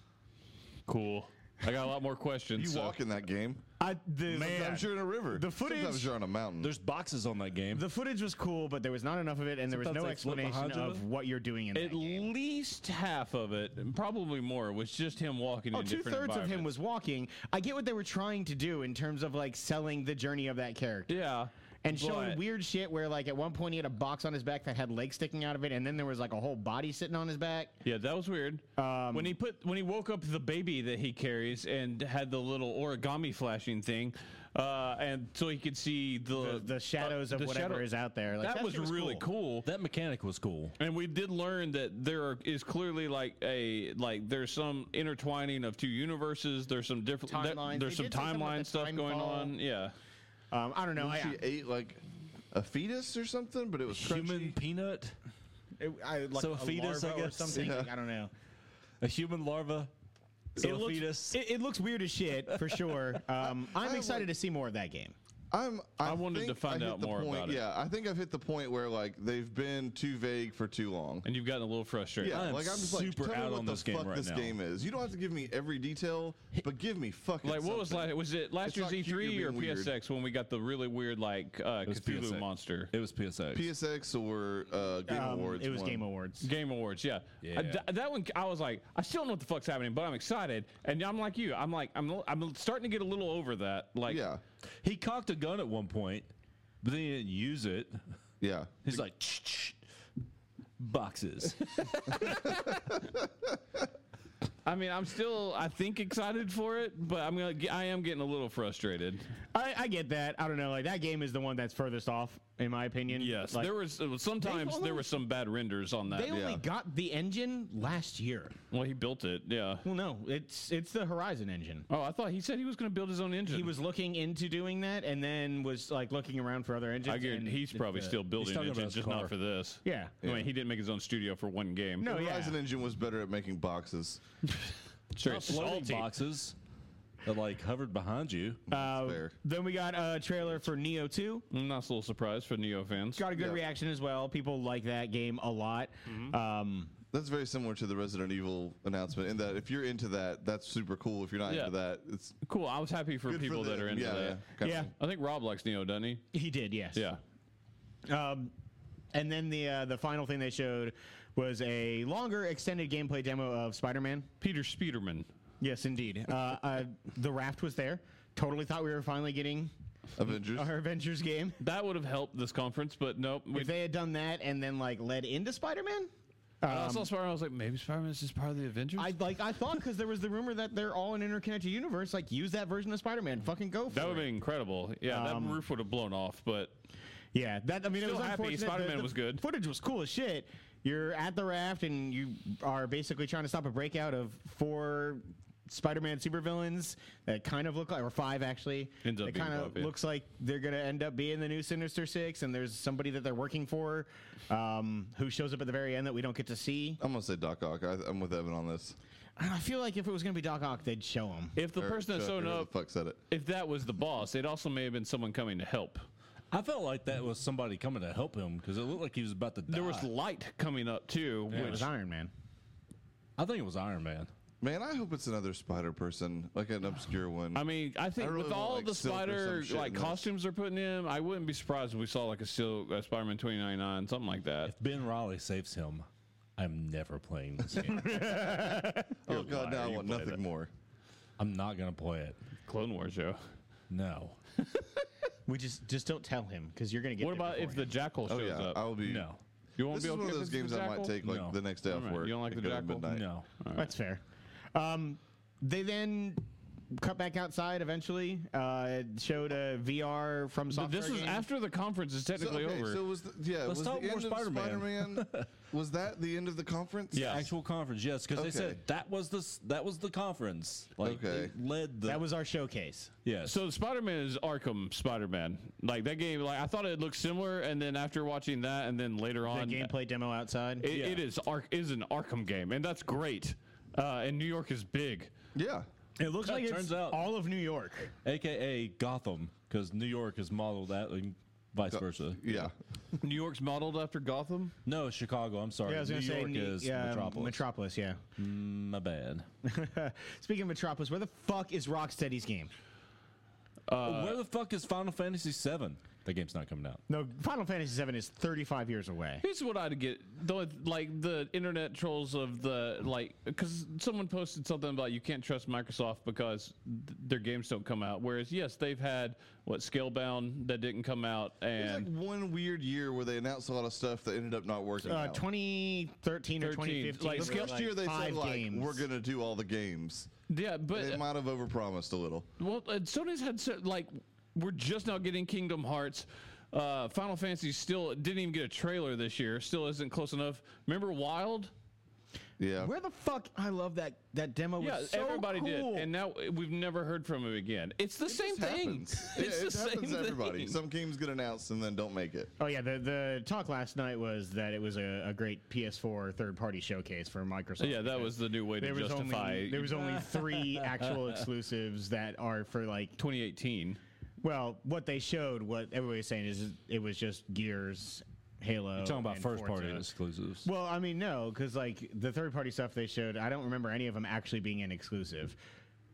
[SPEAKER 4] cool. I got a lot more questions.
[SPEAKER 3] You
[SPEAKER 4] so-
[SPEAKER 3] walk in that game.
[SPEAKER 1] I, the,
[SPEAKER 3] Sometimes you're in a river.
[SPEAKER 1] The footage-
[SPEAKER 3] Sometimes you're on a mountain.
[SPEAKER 2] There's boxes on that game.
[SPEAKER 1] The footage was cool, but there was not enough of it, and there was
[SPEAKER 2] Sometimes
[SPEAKER 1] no
[SPEAKER 2] they flip
[SPEAKER 1] explanation
[SPEAKER 2] behind you.
[SPEAKER 1] of what you're doing in
[SPEAKER 4] At
[SPEAKER 1] that game.
[SPEAKER 4] least half of it, and probably more, was just him walking.
[SPEAKER 1] Oh,
[SPEAKER 4] in
[SPEAKER 1] two
[SPEAKER 4] different
[SPEAKER 1] thirds of him was
[SPEAKER 4] environments.
[SPEAKER 1] walking. I get what they were trying to do in terms of like selling the journey of that character.
[SPEAKER 4] Yeah,
[SPEAKER 1] And showing
[SPEAKER 4] but-
[SPEAKER 1] weird shit where, like, at one point he had a box on his back that had legs sticking out of it, and then there was like a whole body sitting on his back.
[SPEAKER 4] Yeah, that was weird.
[SPEAKER 1] Um,
[SPEAKER 4] when he put when he woke up the baby that he carries and had the little origami flashing thing, uh, and so he could see the
[SPEAKER 1] The, the shadows of
[SPEAKER 4] Uh, the
[SPEAKER 1] whatever
[SPEAKER 4] shadow-
[SPEAKER 1] is out there. Like,
[SPEAKER 4] that, was,
[SPEAKER 1] shit
[SPEAKER 4] really
[SPEAKER 1] cool.
[SPEAKER 4] cool.
[SPEAKER 2] that mechanic was cool.
[SPEAKER 4] And we did learn that there are, is clearly like a like there's some intertwining of two universes. There's some different there-
[SPEAKER 1] Timelines.
[SPEAKER 4] there's
[SPEAKER 1] They
[SPEAKER 4] some
[SPEAKER 1] did say something about
[SPEAKER 4] timeline
[SPEAKER 1] the
[SPEAKER 4] stuff
[SPEAKER 1] time
[SPEAKER 4] going
[SPEAKER 1] fall.
[SPEAKER 4] on. Yeah,
[SPEAKER 1] Um, I don't
[SPEAKER 4] Oh,
[SPEAKER 1] know. I,
[SPEAKER 3] she ate like a fetus or something, but it was crunchy.
[SPEAKER 2] Human peanut,
[SPEAKER 1] it, I, like
[SPEAKER 2] So
[SPEAKER 1] a
[SPEAKER 2] fetus,
[SPEAKER 1] larva
[SPEAKER 2] I
[SPEAKER 1] or
[SPEAKER 2] guess?
[SPEAKER 1] something.
[SPEAKER 3] Yeah.
[SPEAKER 1] Like, I don't know.
[SPEAKER 2] a human larva, so a
[SPEAKER 1] looks,
[SPEAKER 2] fetus.
[SPEAKER 1] It, it looks weird as shit (laughs) for sure. Um, I'm
[SPEAKER 3] I
[SPEAKER 1] excited to see more of that game.
[SPEAKER 3] I'm. I,
[SPEAKER 4] I wanted to
[SPEAKER 3] think
[SPEAKER 4] find
[SPEAKER 3] I hit
[SPEAKER 4] out
[SPEAKER 3] the
[SPEAKER 4] more
[SPEAKER 3] point,
[SPEAKER 4] about it.
[SPEAKER 3] Yeah, I think I've hit the point where like they've been too vague for too long.
[SPEAKER 4] and you've gotten a little frustrated.
[SPEAKER 3] Yeah,
[SPEAKER 2] I am
[SPEAKER 3] like I'm just
[SPEAKER 2] super
[SPEAKER 3] like, tell
[SPEAKER 2] out
[SPEAKER 3] me what
[SPEAKER 2] on
[SPEAKER 3] the
[SPEAKER 2] this game
[SPEAKER 3] fuck
[SPEAKER 2] right
[SPEAKER 3] this
[SPEAKER 2] now.
[SPEAKER 3] game is. You don't have to give me every detail, but give me fucking.
[SPEAKER 4] Like what was
[SPEAKER 3] something.
[SPEAKER 4] last? Was it last
[SPEAKER 3] It's
[SPEAKER 4] year's
[SPEAKER 3] not
[SPEAKER 4] E
[SPEAKER 3] cute, you're
[SPEAKER 4] three or
[SPEAKER 3] being weird.
[SPEAKER 4] PSX when we got the really weird like uh,
[SPEAKER 2] It was
[SPEAKER 4] Cthulhu
[SPEAKER 2] PSX.
[SPEAKER 4] monster?
[SPEAKER 2] It was PSX.
[SPEAKER 3] PSX or uh, Game
[SPEAKER 1] Um,
[SPEAKER 3] Awards?
[SPEAKER 1] it was
[SPEAKER 3] one.
[SPEAKER 1] Game Awards.
[SPEAKER 4] Game Awards, yeah.
[SPEAKER 2] Yeah.
[SPEAKER 4] I- th- that one, I was like, I still don't know what the fuck's happening, but I'm excited, and I'm like you, I'm like, I'm, I'm starting to get a little over that. Like,
[SPEAKER 3] Yeah,
[SPEAKER 2] he cocked a gun at one point, but then he didn't use it.
[SPEAKER 3] yeah.
[SPEAKER 2] He's like, "Tch, tch, boxes.
[SPEAKER 4] I mean, I'm still, I think, excited for it, but I'm gonna, ge- I am getting a little frustrated.
[SPEAKER 1] I, I get that. I don't know. Like that game is the one that's furthest off, in my opinion. Like,
[SPEAKER 4] there was uh, sometimes
[SPEAKER 1] only-
[SPEAKER 4] there were some bad renders on that.
[SPEAKER 1] they only
[SPEAKER 3] Yeah.
[SPEAKER 1] got the engine last year.
[SPEAKER 4] well, he built it, yeah.
[SPEAKER 1] Well, no, it's it's the Horizon engine.
[SPEAKER 4] Oh, I thought he said he was gonna build his own engine.
[SPEAKER 1] He was looking into doing that, and then was like looking around for other engines.
[SPEAKER 4] I guarantee
[SPEAKER 1] and
[SPEAKER 4] he's
[SPEAKER 1] it's
[SPEAKER 4] probably
[SPEAKER 1] the-
[SPEAKER 4] still building
[SPEAKER 2] talking
[SPEAKER 4] an
[SPEAKER 2] about
[SPEAKER 4] engine,
[SPEAKER 2] his
[SPEAKER 4] just
[SPEAKER 2] car.
[SPEAKER 4] not for this.
[SPEAKER 1] Yeah.
[SPEAKER 4] I mean, he didn't make his own studio for one game.
[SPEAKER 1] No, yeah.
[SPEAKER 3] Horizon Engine was better at making boxes.
[SPEAKER 4] sure,
[SPEAKER 2] Not
[SPEAKER 4] it's
[SPEAKER 2] floating
[SPEAKER 4] salty.
[SPEAKER 2] boxes that like hovered behind you.
[SPEAKER 1] Uh,
[SPEAKER 3] fair.
[SPEAKER 1] then we got a trailer for Neo Two.
[SPEAKER 4] Mm, That's a little surprise for Neo fans.
[SPEAKER 1] Got a good
[SPEAKER 3] Yeah.
[SPEAKER 1] reaction as well. People like that game a lot. Um,
[SPEAKER 3] That's very similar to the Resident Evil announcement in that if you're into that, that's super cool. If you're not
[SPEAKER 4] Yeah.
[SPEAKER 3] into that, it's
[SPEAKER 4] Cool. I was happy for
[SPEAKER 3] good
[SPEAKER 4] people
[SPEAKER 3] for
[SPEAKER 4] that
[SPEAKER 3] them.
[SPEAKER 4] are into
[SPEAKER 3] yeah,
[SPEAKER 4] that.
[SPEAKER 3] Yeah, kinda.
[SPEAKER 1] yeah,
[SPEAKER 4] I think Rob likes Neo, doesn't he?
[SPEAKER 1] he did. Yes.
[SPEAKER 4] Yeah.
[SPEAKER 1] Um, and then the uh, the final thing they showed was a longer extended gameplay demo of Spider-Man.
[SPEAKER 4] Peter Spiderman.
[SPEAKER 1] Yes, indeed. Uh, uh, the raft was there. Totally thought we were finally getting
[SPEAKER 3] Avengers.
[SPEAKER 1] our Avengers game.
[SPEAKER 4] That would have helped this conference, but nope. We,
[SPEAKER 1] If they had done that and then like led into Spider-Man,
[SPEAKER 4] I saw Spider-Man. I was like, maybe Spider-Man's just part of the Avengers.
[SPEAKER 1] I like I thought because there was the rumor that they're all an interconnected universe. Like use that version of Spider-Man. Fucking go for
[SPEAKER 4] that would
[SPEAKER 1] it.
[SPEAKER 4] have been incredible. Yeah, that roof would have blown off, but
[SPEAKER 1] Yeah, that I mean, it
[SPEAKER 4] Still
[SPEAKER 1] was
[SPEAKER 4] happy.
[SPEAKER 1] unfortunate. The-
[SPEAKER 4] Spider-Man
[SPEAKER 1] the
[SPEAKER 4] was good.
[SPEAKER 1] Footage was cool as shit. You're at the raft and you are basically trying to stop a breakout of four Spider-Man supervillains that kind of look like, or five actually.
[SPEAKER 4] Ends up
[SPEAKER 1] that
[SPEAKER 4] being
[SPEAKER 1] kind of
[SPEAKER 4] five, yeah.
[SPEAKER 1] looks like they're gonna end up being the new Sinister Six, and there's somebody that they're working for, um, who shows up at the very end that we don't get to see.
[SPEAKER 3] I'm gonna say Doc Ock. I, I'm with Evan on this.
[SPEAKER 1] And I feel like if it was gonna be Doc Ock, they'd show him.
[SPEAKER 4] If the
[SPEAKER 3] Or
[SPEAKER 4] person that's
[SPEAKER 3] Chuck, or
[SPEAKER 4] sewn
[SPEAKER 3] whoever
[SPEAKER 4] up,
[SPEAKER 3] The fuck said it.
[SPEAKER 4] if that was the boss, it also may have been someone coming to help.
[SPEAKER 2] I felt like that was somebody coming to help him because it looked like he was about to die.
[SPEAKER 4] There was light coming up too,
[SPEAKER 1] It
[SPEAKER 4] which
[SPEAKER 1] was Iron Man.
[SPEAKER 2] I think it was Iron Man.
[SPEAKER 3] Man, I hope it's another Spider person, like an obscure one.
[SPEAKER 4] I mean, I think
[SPEAKER 3] I really
[SPEAKER 4] with
[SPEAKER 3] want,
[SPEAKER 4] all
[SPEAKER 3] like,
[SPEAKER 4] the
[SPEAKER 3] Silk or some
[SPEAKER 4] spider
[SPEAKER 3] shit
[SPEAKER 4] like
[SPEAKER 3] in this.
[SPEAKER 4] costumes they're putting in, I wouldn't be surprised if we saw like a still uh, Spider-Man 2099, something like that.
[SPEAKER 2] If Ben Raleigh saves him, I'm never playing this game.
[SPEAKER 1] (laughs)
[SPEAKER 3] oh god, now I want nothing more.
[SPEAKER 2] I'm not gonna play it.
[SPEAKER 4] Clone Wars show.
[SPEAKER 2] No.
[SPEAKER 1] We just just don't tell him because you're gonna get.
[SPEAKER 4] What
[SPEAKER 1] there
[SPEAKER 4] about if the
[SPEAKER 1] beforehand.
[SPEAKER 4] jackal
[SPEAKER 3] Oh
[SPEAKER 4] shows
[SPEAKER 3] yeah,
[SPEAKER 4] up?
[SPEAKER 3] I'll be.
[SPEAKER 2] No.
[SPEAKER 4] you won't
[SPEAKER 3] This
[SPEAKER 4] be
[SPEAKER 3] is one
[SPEAKER 4] okay
[SPEAKER 3] of
[SPEAKER 4] if
[SPEAKER 3] those
[SPEAKER 4] it's the
[SPEAKER 3] games I might
[SPEAKER 4] Jackal?
[SPEAKER 3] take like
[SPEAKER 2] No.
[SPEAKER 3] the next day off
[SPEAKER 4] Alright,
[SPEAKER 3] work.
[SPEAKER 4] you don't like
[SPEAKER 3] and
[SPEAKER 4] the
[SPEAKER 3] go to
[SPEAKER 4] Jackal?
[SPEAKER 3] midnight.
[SPEAKER 2] No.
[SPEAKER 1] That's fair. Um, they then cut back outside eventually. Uh, showed a VR from
[SPEAKER 4] But
[SPEAKER 1] software.
[SPEAKER 4] This was
[SPEAKER 1] game.
[SPEAKER 4] after the conference is
[SPEAKER 3] So,
[SPEAKER 4] technically
[SPEAKER 3] okay,
[SPEAKER 4] over.
[SPEAKER 3] so was the, yeah,
[SPEAKER 2] Let's
[SPEAKER 3] was
[SPEAKER 2] talk
[SPEAKER 3] the
[SPEAKER 2] more
[SPEAKER 3] end
[SPEAKER 2] Spider-Man.
[SPEAKER 3] of
[SPEAKER 4] (laughs)
[SPEAKER 3] Spider-Man? was that the end of the conference?
[SPEAKER 2] Yeah. Actual conference, yes, because they said
[SPEAKER 3] Okay.
[SPEAKER 2] that was the s- that was the conference. Like
[SPEAKER 3] Okay.
[SPEAKER 2] they led the
[SPEAKER 1] that was our showcase.
[SPEAKER 2] yes.
[SPEAKER 4] So Spider Man is Arkham Spider Man. Like that game, like I thought it looked similar, and then after watching that, and then later
[SPEAKER 1] The
[SPEAKER 4] on,
[SPEAKER 1] gameplay demo outside.
[SPEAKER 4] it, it
[SPEAKER 2] Yeah.
[SPEAKER 4] is Ark is an Arkham game, and that's great. Uh, and New York is big.
[SPEAKER 3] Yeah.
[SPEAKER 1] It looks
[SPEAKER 2] Yeah,
[SPEAKER 1] like
[SPEAKER 2] it
[SPEAKER 1] it's
[SPEAKER 2] turns out-
[SPEAKER 1] all of New York.
[SPEAKER 2] AKA Gotham, because New York is modeled at and vice versa.
[SPEAKER 3] Yeah.
[SPEAKER 4] (laughs) New York's modeled after Gotham.
[SPEAKER 2] No, Chicago. I'm sorry.
[SPEAKER 1] Yeah, I was
[SPEAKER 2] New
[SPEAKER 1] gonna say
[SPEAKER 2] York
[SPEAKER 1] Ne-
[SPEAKER 2] is
[SPEAKER 1] yeah,
[SPEAKER 2] Metropolis.
[SPEAKER 1] Metropolis, yeah. (laughs)
[SPEAKER 2] My bad.
[SPEAKER 1] Speaking of Metropolis, where the fuck is Rocksteady's game?
[SPEAKER 2] Where the fuck is Final Fantasy VII? That game's not coming out.
[SPEAKER 1] No, Final Fantasy VII is 35 years away.
[SPEAKER 4] Here's what I'd get though, it- like the internet trolls of the like, because someone posted something about you can't trust Microsoft because th- their games don't come out. Whereas, yes, they've had what Scalebound that didn't come out,
[SPEAKER 3] There's
[SPEAKER 4] and
[SPEAKER 3] like one weird year where they announced a lot of stuff that ended up not working.
[SPEAKER 1] Uh,
[SPEAKER 3] out.
[SPEAKER 1] 2013 or
[SPEAKER 4] 13,
[SPEAKER 1] 2015.
[SPEAKER 4] like,
[SPEAKER 1] there
[SPEAKER 3] the
[SPEAKER 1] were,
[SPEAKER 3] first year they
[SPEAKER 1] five
[SPEAKER 3] said like
[SPEAKER 1] games.
[SPEAKER 3] we're gonna do all the games.
[SPEAKER 4] yeah, but uh,
[SPEAKER 3] They might have overpromised a little.
[SPEAKER 4] Well, uh, Sony's had so, like we're just now getting Kingdom Hearts. Uh, Final Fantasy still didn't even get a trailer this year. Still isn't close enough. Remember Wild?
[SPEAKER 3] Yeah.
[SPEAKER 1] Where the fuck? I love that that demo.
[SPEAKER 4] Yeah,
[SPEAKER 1] was so
[SPEAKER 4] everybody
[SPEAKER 1] cool.
[SPEAKER 4] did, and now uh, we've never heard from him again. It's the same
[SPEAKER 3] It
[SPEAKER 4] thing.
[SPEAKER 3] happens. Yeah,
[SPEAKER 4] it's
[SPEAKER 3] it
[SPEAKER 4] the
[SPEAKER 3] happens
[SPEAKER 4] same
[SPEAKER 3] to everybody.
[SPEAKER 4] thing.
[SPEAKER 3] Some games get announced and then don't make it.
[SPEAKER 1] Oh yeah, the the talk last night was that it was a, a great PS4 third party showcase for Microsoft.
[SPEAKER 4] yeah, that was the new way to
[SPEAKER 1] there was
[SPEAKER 4] justify
[SPEAKER 1] only there was only
[SPEAKER 4] (laughs)
[SPEAKER 1] three actual exclusives that are for like
[SPEAKER 4] 2018.
[SPEAKER 1] well, what they showed, what everybody's saying is it was just Gears, Halo.
[SPEAKER 4] Oh,
[SPEAKER 2] Talking about
[SPEAKER 1] and
[SPEAKER 2] first party
[SPEAKER 1] Forza.
[SPEAKER 2] exclusives.
[SPEAKER 1] Well, I mean no, because like the third party stuff they showed, I don't remember any of them actually being an exclusive.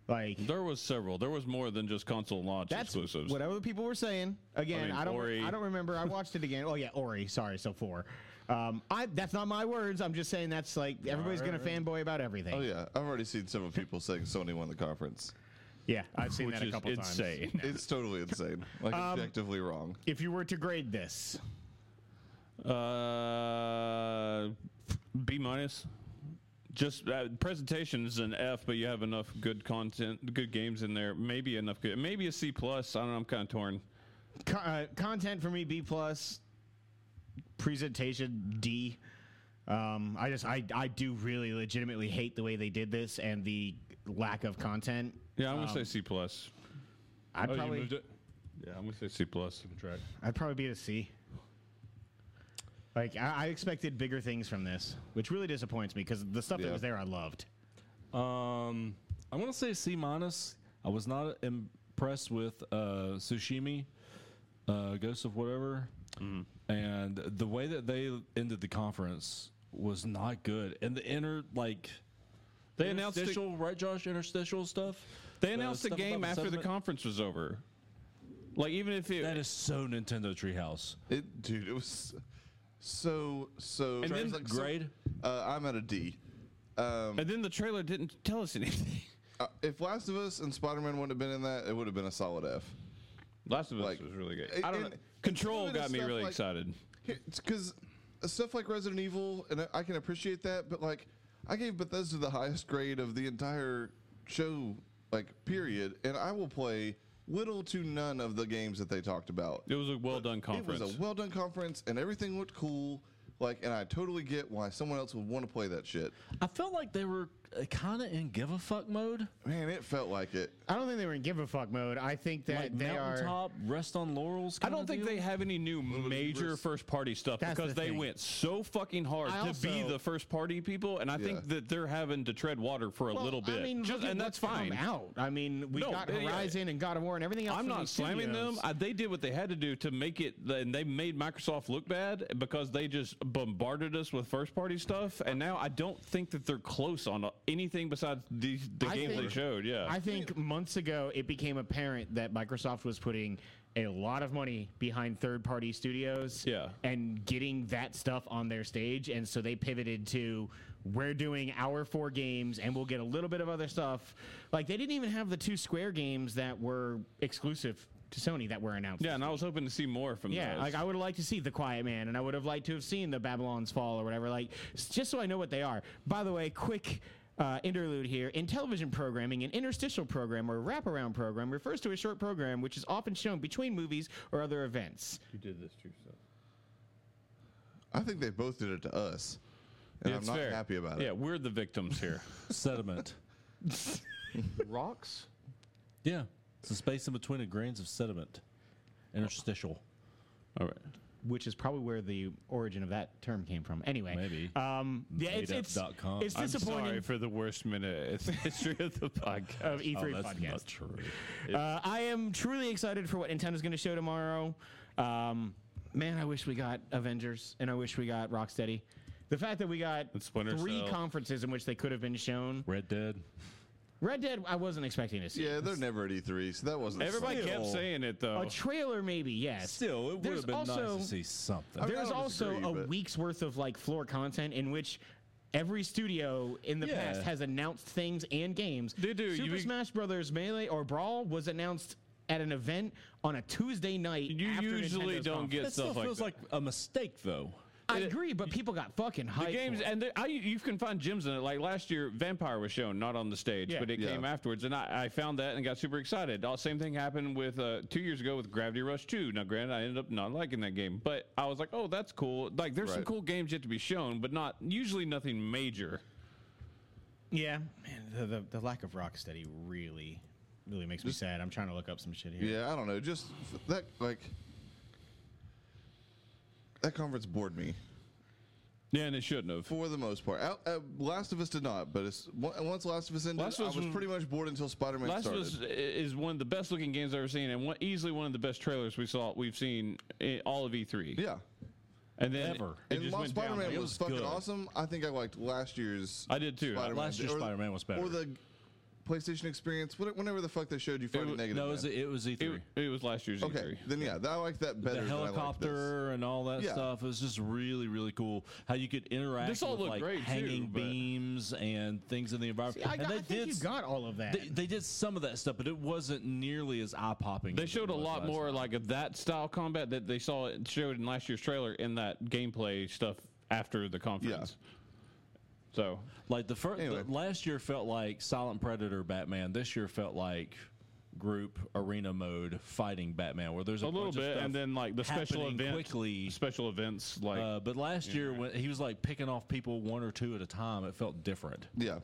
[SPEAKER 1] Like
[SPEAKER 4] There was several. There was more than just console launch
[SPEAKER 1] that's
[SPEAKER 4] exclusives.
[SPEAKER 1] what other people were saying. Again, I,
[SPEAKER 4] I mean,
[SPEAKER 1] don't.
[SPEAKER 4] Ori.
[SPEAKER 1] I don't remember. I watched it again. Oh yeah, Ori. Sorry, so four. Um, I that's not my words. I'm just saying that's like everybody's gonna fanboy about everything.
[SPEAKER 3] Oh yeah, I've already seen several people saying Sony won the conference.
[SPEAKER 1] Yeah, I've seen
[SPEAKER 4] which
[SPEAKER 1] that a
[SPEAKER 4] is
[SPEAKER 1] couple times.
[SPEAKER 4] insane.
[SPEAKER 3] It's totally insane. Like objectively wrong.
[SPEAKER 1] If you were to grade this,
[SPEAKER 4] Uh, B minus. Just uh, presentation is an F, but you have enough good content, good games in there. Maybe enough good. Maybe a C plus. I don't know. I'm kind of torn.
[SPEAKER 1] co- uh, content for me B plus, presentation D. Um, I just I I do really legitimately hate the way they did this and the lack of content.
[SPEAKER 4] Yeah, I'm
[SPEAKER 2] Um,
[SPEAKER 4] gonna say C plus.
[SPEAKER 2] oh,
[SPEAKER 1] I'd probably
[SPEAKER 4] Oh, it. Yeah, I'm gonna say C plus. Track.
[SPEAKER 1] I'd probably be at a C. Like I, I expected bigger things from this, which really disappoints me because the stuff that
[SPEAKER 3] Yeah.
[SPEAKER 1] was there I loved.
[SPEAKER 2] Um, I want to say C minus. I was not impressed with uh, Tsushimi, uh, Ghost of whatever,
[SPEAKER 4] Mm-hmm.
[SPEAKER 2] and the way that they ended the conference was not good. And the inner like
[SPEAKER 4] They announced the,
[SPEAKER 2] interstitial, right, Josh? Interstitial stuff.
[SPEAKER 4] they announced the
[SPEAKER 2] uh, stuff about
[SPEAKER 4] game after the
[SPEAKER 2] sediment.
[SPEAKER 4] conference was over. Like even if it
[SPEAKER 2] That is so Nintendo Treehouse.
[SPEAKER 3] It, dude, it was so so.
[SPEAKER 4] And then
[SPEAKER 3] it's so-
[SPEAKER 2] grade?
[SPEAKER 3] uh, I'm at a D. Um,
[SPEAKER 4] and then the trailer didn't tell us anything.
[SPEAKER 3] uh, if Last of Us and Spider Man wouldn't have been in that, it would have been a solid F.
[SPEAKER 4] Last of Us
[SPEAKER 3] Like,
[SPEAKER 4] was really good.
[SPEAKER 3] it-
[SPEAKER 4] I don't
[SPEAKER 3] it-
[SPEAKER 4] know.
[SPEAKER 3] it's
[SPEAKER 4] Control
[SPEAKER 3] limited
[SPEAKER 4] got me
[SPEAKER 3] stuff
[SPEAKER 4] really
[SPEAKER 3] like-
[SPEAKER 4] excited.
[SPEAKER 3] It's because stuff like Resident Evil, and I- I can appreciate that, but like I gave Bethesda the highest grade of the entire show, like period, and I will play little to none of the games that they talked about.
[SPEAKER 4] It was a well done conference.
[SPEAKER 3] It was a well done conference, and everything looked cool. Like, and I totally get why someone else would want to play that shit.
[SPEAKER 2] I felt like they were kind of in give a fuck mode,
[SPEAKER 3] Man, it felt like it.
[SPEAKER 1] I don't think they were in give a fuck mode. I think that
[SPEAKER 2] like
[SPEAKER 1] they are.
[SPEAKER 2] mountaintop, rest on laurels.
[SPEAKER 4] I don't think they have any new major
[SPEAKER 3] risk.
[SPEAKER 4] first party stuff
[SPEAKER 1] That's
[SPEAKER 4] because
[SPEAKER 1] the
[SPEAKER 4] they
[SPEAKER 1] thing.
[SPEAKER 4] went so fucking hard
[SPEAKER 1] I
[SPEAKER 4] to be
[SPEAKER 1] also-
[SPEAKER 4] the first party people, and I think
[SPEAKER 3] Yeah.
[SPEAKER 4] that they're having to tread water for a
[SPEAKER 1] Well,
[SPEAKER 4] little bit.
[SPEAKER 1] I mean,
[SPEAKER 4] Just-
[SPEAKER 1] look at
[SPEAKER 4] and that's
[SPEAKER 1] what's come
[SPEAKER 4] fine.
[SPEAKER 1] Out. I mean, we
[SPEAKER 4] No,
[SPEAKER 1] got
[SPEAKER 4] yeah, yeah.
[SPEAKER 1] Horizon and God of War and everything else.
[SPEAKER 4] I'm
[SPEAKER 1] from
[SPEAKER 4] not
[SPEAKER 1] these
[SPEAKER 4] slamming
[SPEAKER 1] studios.
[SPEAKER 4] them. I, they did what they had to do to make it, and they made Microsoft look bad because they just bombarded us with first party stuff. And now I don't think that they're close on anything besides the, the
[SPEAKER 1] I
[SPEAKER 4] games they
[SPEAKER 1] think-
[SPEAKER 4] showed. Yeah.
[SPEAKER 1] I think months ago it became apparent that Microsoft was putting a lot of money behind third party studios
[SPEAKER 4] Yeah.
[SPEAKER 1] and getting that stuff on their stage. And so they pivoted to we're doing our four games and we'll get a little bit of other stuff. Like they didn't even have the two Square games that were exclusive to Sony that were announced.
[SPEAKER 4] yeah, and I was hoping to see more from
[SPEAKER 1] Yeah,
[SPEAKER 4] those.
[SPEAKER 1] like I would have liked to see The Quiet Man, and I would have liked to have seen The Babylon's Fall or whatever, like s- just so I know what they are. By the way, quick. Uh, interlude here. In television programming, an interstitial program or wraparound program refers to a short program which is often shown between movies or other events.
[SPEAKER 4] you did this to yourself.
[SPEAKER 3] I think they both did it to us, and I'm
[SPEAKER 4] It's
[SPEAKER 3] not
[SPEAKER 4] fair.
[SPEAKER 3] happy about
[SPEAKER 4] Yeah,
[SPEAKER 3] it.
[SPEAKER 4] we're the victims here.
[SPEAKER 1] (laughs)
[SPEAKER 2] sediment.
[SPEAKER 4] Rocks?
[SPEAKER 2] Yeah, it's the space in between the grains of sediment, interstitial.
[SPEAKER 4] All right.
[SPEAKER 1] which is probably where the origin of that term came from. Anyway,
[SPEAKER 2] Maybe.
[SPEAKER 1] Um, yeah, it's it's,
[SPEAKER 2] Madeup.com.
[SPEAKER 1] it's disappointing
[SPEAKER 4] Sorry for the worst minute in the history of the podcast.
[SPEAKER 1] of E3
[SPEAKER 3] Oh,
[SPEAKER 1] podcast.
[SPEAKER 2] true.
[SPEAKER 1] Uh, I am truly excited for what Nintendo's going to show tomorrow. Um, man, I wish we got Avengers and I wish we got Rocksteady. The fact that we got
[SPEAKER 4] And Splinter
[SPEAKER 1] three
[SPEAKER 4] Cell.
[SPEAKER 1] conferences in which they could have been shown.
[SPEAKER 2] Red Dead.
[SPEAKER 1] Red Dead, I wasn't expecting to see.
[SPEAKER 3] Yeah, they're never at E3, so that wasn't.
[SPEAKER 4] Everybody kept
[SPEAKER 2] Still.
[SPEAKER 4] saying it though.
[SPEAKER 1] A trailer, maybe, yes.
[SPEAKER 2] Still, it would
[SPEAKER 1] There's
[SPEAKER 2] have been
[SPEAKER 1] also-
[SPEAKER 2] nice to see something.
[SPEAKER 3] I mean, I
[SPEAKER 1] There's
[SPEAKER 3] don't
[SPEAKER 1] also
[SPEAKER 3] disagree,
[SPEAKER 1] a
[SPEAKER 3] but-
[SPEAKER 1] week's worth of like floor content in which every studio in the
[SPEAKER 2] Yeah.
[SPEAKER 1] past has announced things and games.
[SPEAKER 4] They do.
[SPEAKER 1] Super
[SPEAKER 4] You-
[SPEAKER 1] Smash Brothers Melee or Brawl was announced at an event on a Tuesday night.
[SPEAKER 4] you
[SPEAKER 1] after
[SPEAKER 4] usually
[SPEAKER 1] Nintendo's
[SPEAKER 4] don't
[SPEAKER 1] conference.
[SPEAKER 4] get
[SPEAKER 2] That still
[SPEAKER 4] stuff like
[SPEAKER 2] feels
[SPEAKER 4] that.
[SPEAKER 2] like a mistake, though.
[SPEAKER 1] I agree, but people got fucking hyped.
[SPEAKER 4] the games,
[SPEAKER 1] for it.
[SPEAKER 4] and there, I, you can find gems in it. Like last year, Vampire was shown, not on the stage,
[SPEAKER 1] Yeah.
[SPEAKER 4] but it
[SPEAKER 3] Yeah.
[SPEAKER 4] came afterwards, and I, I found that and got super excited. Uh, same thing happened with uh, two years ago with Gravity Rush 2. Now, granted, I ended up not liking that game, but I was like, oh, that's cool. Like, there's some
[SPEAKER 3] Right.
[SPEAKER 4] cool games yet to be shown, but not usually nothing major.
[SPEAKER 1] e- yeah, man, the, the, the lack of Rocksteady really, really makes me sad. I'm trying to look up some shit here.
[SPEAKER 3] Yeah, I don't know. Just that like that conference bored me
[SPEAKER 4] Yeah, and it shouldn't have.
[SPEAKER 3] for the most part. Out, uh, Last of Us did not, but it's, on- once Last of Us ended,
[SPEAKER 4] Last of Us
[SPEAKER 3] I was
[SPEAKER 4] was-
[SPEAKER 3] pretty much bored until Spider Man
[SPEAKER 4] Last of
[SPEAKER 3] started.
[SPEAKER 4] Us i- is one of the best looking games I've ever seen, and one, easily one of the best trailers we saw we've seen in all of E3.
[SPEAKER 3] yeah,
[SPEAKER 4] and then
[SPEAKER 2] Ever.
[SPEAKER 4] It,
[SPEAKER 3] and
[SPEAKER 4] just
[SPEAKER 3] while
[SPEAKER 4] went
[SPEAKER 3] Spider Man
[SPEAKER 4] down.
[SPEAKER 3] was,
[SPEAKER 4] Like,
[SPEAKER 3] fucking
[SPEAKER 2] good.
[SPEAKER 3] awesome, I think I liked last year's.
[SPEAKER 4] I did too.
[SPEAKER 3] Spider-Man.
[SPEAKER 2] Last year's
[SPEAKER 3] Or the-
[SPEAKER 2] Spider-Man was better.
[SPEAKER 3] Or the PlayStation Experience, what- whenever the fuck they showed you Friday
[SPEAKER 4] w-
[SPEAKER 3] Negative.
[SPEAKER 2] No, it
[SPEAKER 3] Man.
[SPEAKER 2] was, it was E3.
[SPEAKER 4] it, it was last year's
[SPEAKER 3] E
[SPEAKER 4] E
[SPEAKER 3] okay,
[SPEAKER 4] E3.
[SPEAKER 3] then yeah, that, I liked that better.
[SPEAKER 2] the
[SPEAKER 3] than I liked this.
[SPEAKER 2] helicopter and all that
[SPEAKER 3] Yeah.
[SPEAKER 2] stuff is just really really cool. How you could interact
[SPEAKER 4] This all
[SPEAKER 2] with
[SPEAKER 4] looked
[SPEAKER 2] like
[SPEAKER 4] great, too,
[SPEAKER 2] hanging
[SPEAKER 4] but-
[SPEAKER 2] beams and things in the environment.
[SPEAKER 1] See, I,
[SPEAKER 2] and
[SPEAKER 1] got, I
[SPEAKER 2] they
[SPEAKER 1] think
[SPEAKER 2] did
[SPEAKER 1] you
[SPEAKER 2] s-
[SPEAKER 1] got all of that.
[SPEAKER 2] they, they did some of that stuff, but it wasn't nearly as eye popping.
[SPEAKER 4] They showed a lot more like of that style combat that they saw it showed in last year's trailer in that gameplay stuff after the conference. So
[SPEAKER 2] Like the first
[SPEAKER 3] Anyway.
[SPEAKER 2] last year felt like Silent Predator Batman. This year felt like group arena mode fighting Batman, where there's
[SPEAKER 4] a
[SPEAKER 2] a,
[SPEAKER 4] little
[SPEAKER 2] bunch of
[SPEAKER 4] bit,
[SPEAKER 2] stuff
[SPEAKER 4] and then like the special
[SPEAKER 2] happening
[SPEAKER 4] event,
[SPEAKER 2] quickly.
[SPEAKER 4] special events like
[SPEAKER 2] Uh, but last year when he was like picking off people one or two at a time, it felt different.
[SPEAKER 3] Yeah.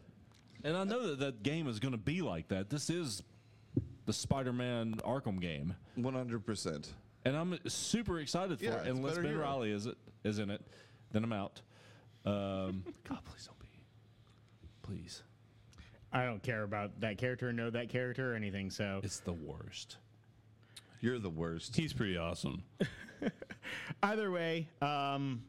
[SPEAKER 2] And I know that that game is going to be like that. This is the Spider-Man Arkham game,
[SPEAKER 3] 100%.
[SPEAKER 2] and I'm super excited for
[SPEAKER 3] Yeah,
[SPEAKER 2] it.
[SPEAKER 3] it's
[SPEAKER 2] Unless
[SPEAKER 3] better
[SPEAKER 2] Ben
[SPEAKER 3] hero.
[SPEAKER 2] Riley is it is in it, then I'm out.
[SPEAKER 4] (laughs)
[SPEAKER 2] Um, God, please don't be. Please,
[SPEAKER 1] I don't care about that character, know that character, or anything. So
[SPEAKER 2] it's the worst.
[SPEAKER 3] You're the worst.
[SPEAKER 4] he's pretty awesome.
[SPEAKER 1] either way, um,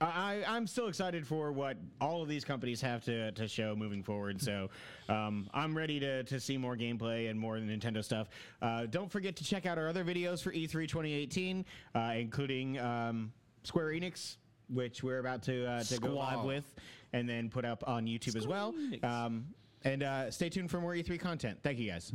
[SPEAKER 1] I, I- I'm still excited for what all of these companies have to, to show moving forward. So um, I'm ready to, to see more gameplay and more Nintendo stuff. Uh, don't forget to check out our other videos for E E3 2018, uh, including um, Square Enix. Which we're about to uh, to go live
[SPEAKER 2] Squall.
[SPEAKER 1] with, and then put up on YouTube as well.
[SPEAKER 2] Enix.
[SPEAKER 1] Um, and uh, stay tuned for more E3 content. Thank you guys.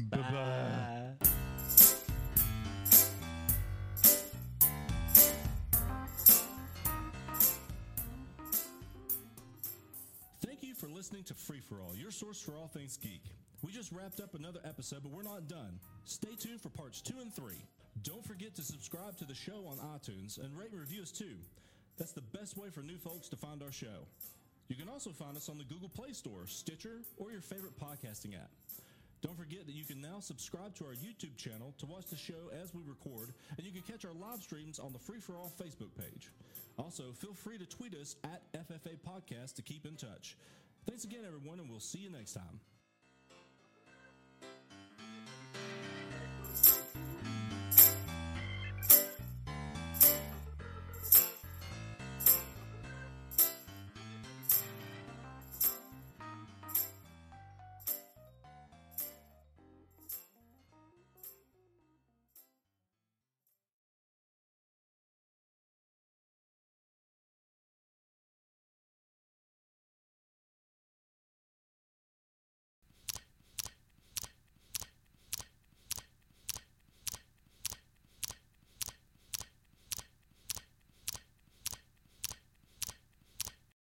[SPEAKER 2] Thank you for listening to Free for All, your source for all things geek.
[SPEAKER 5] We just wrapped up another episode, but we're not done. Stay tuned for parts two and three. Don't forget to subscribe to the show on iTunes and rate and review us too. That's the best way for new folks to find our show. You can also find us on the Google Play Store, Stitcher, or your favorite podcasting app. Don't forget that you can now subscribe to our YouTube channel to watch the show as we record, and you can catch our live streams on the Free For All Facebook page. Also, feel free to tweet us at FFA Podcast to keep in touch. Thanks again, everyone, and we'll see you next time.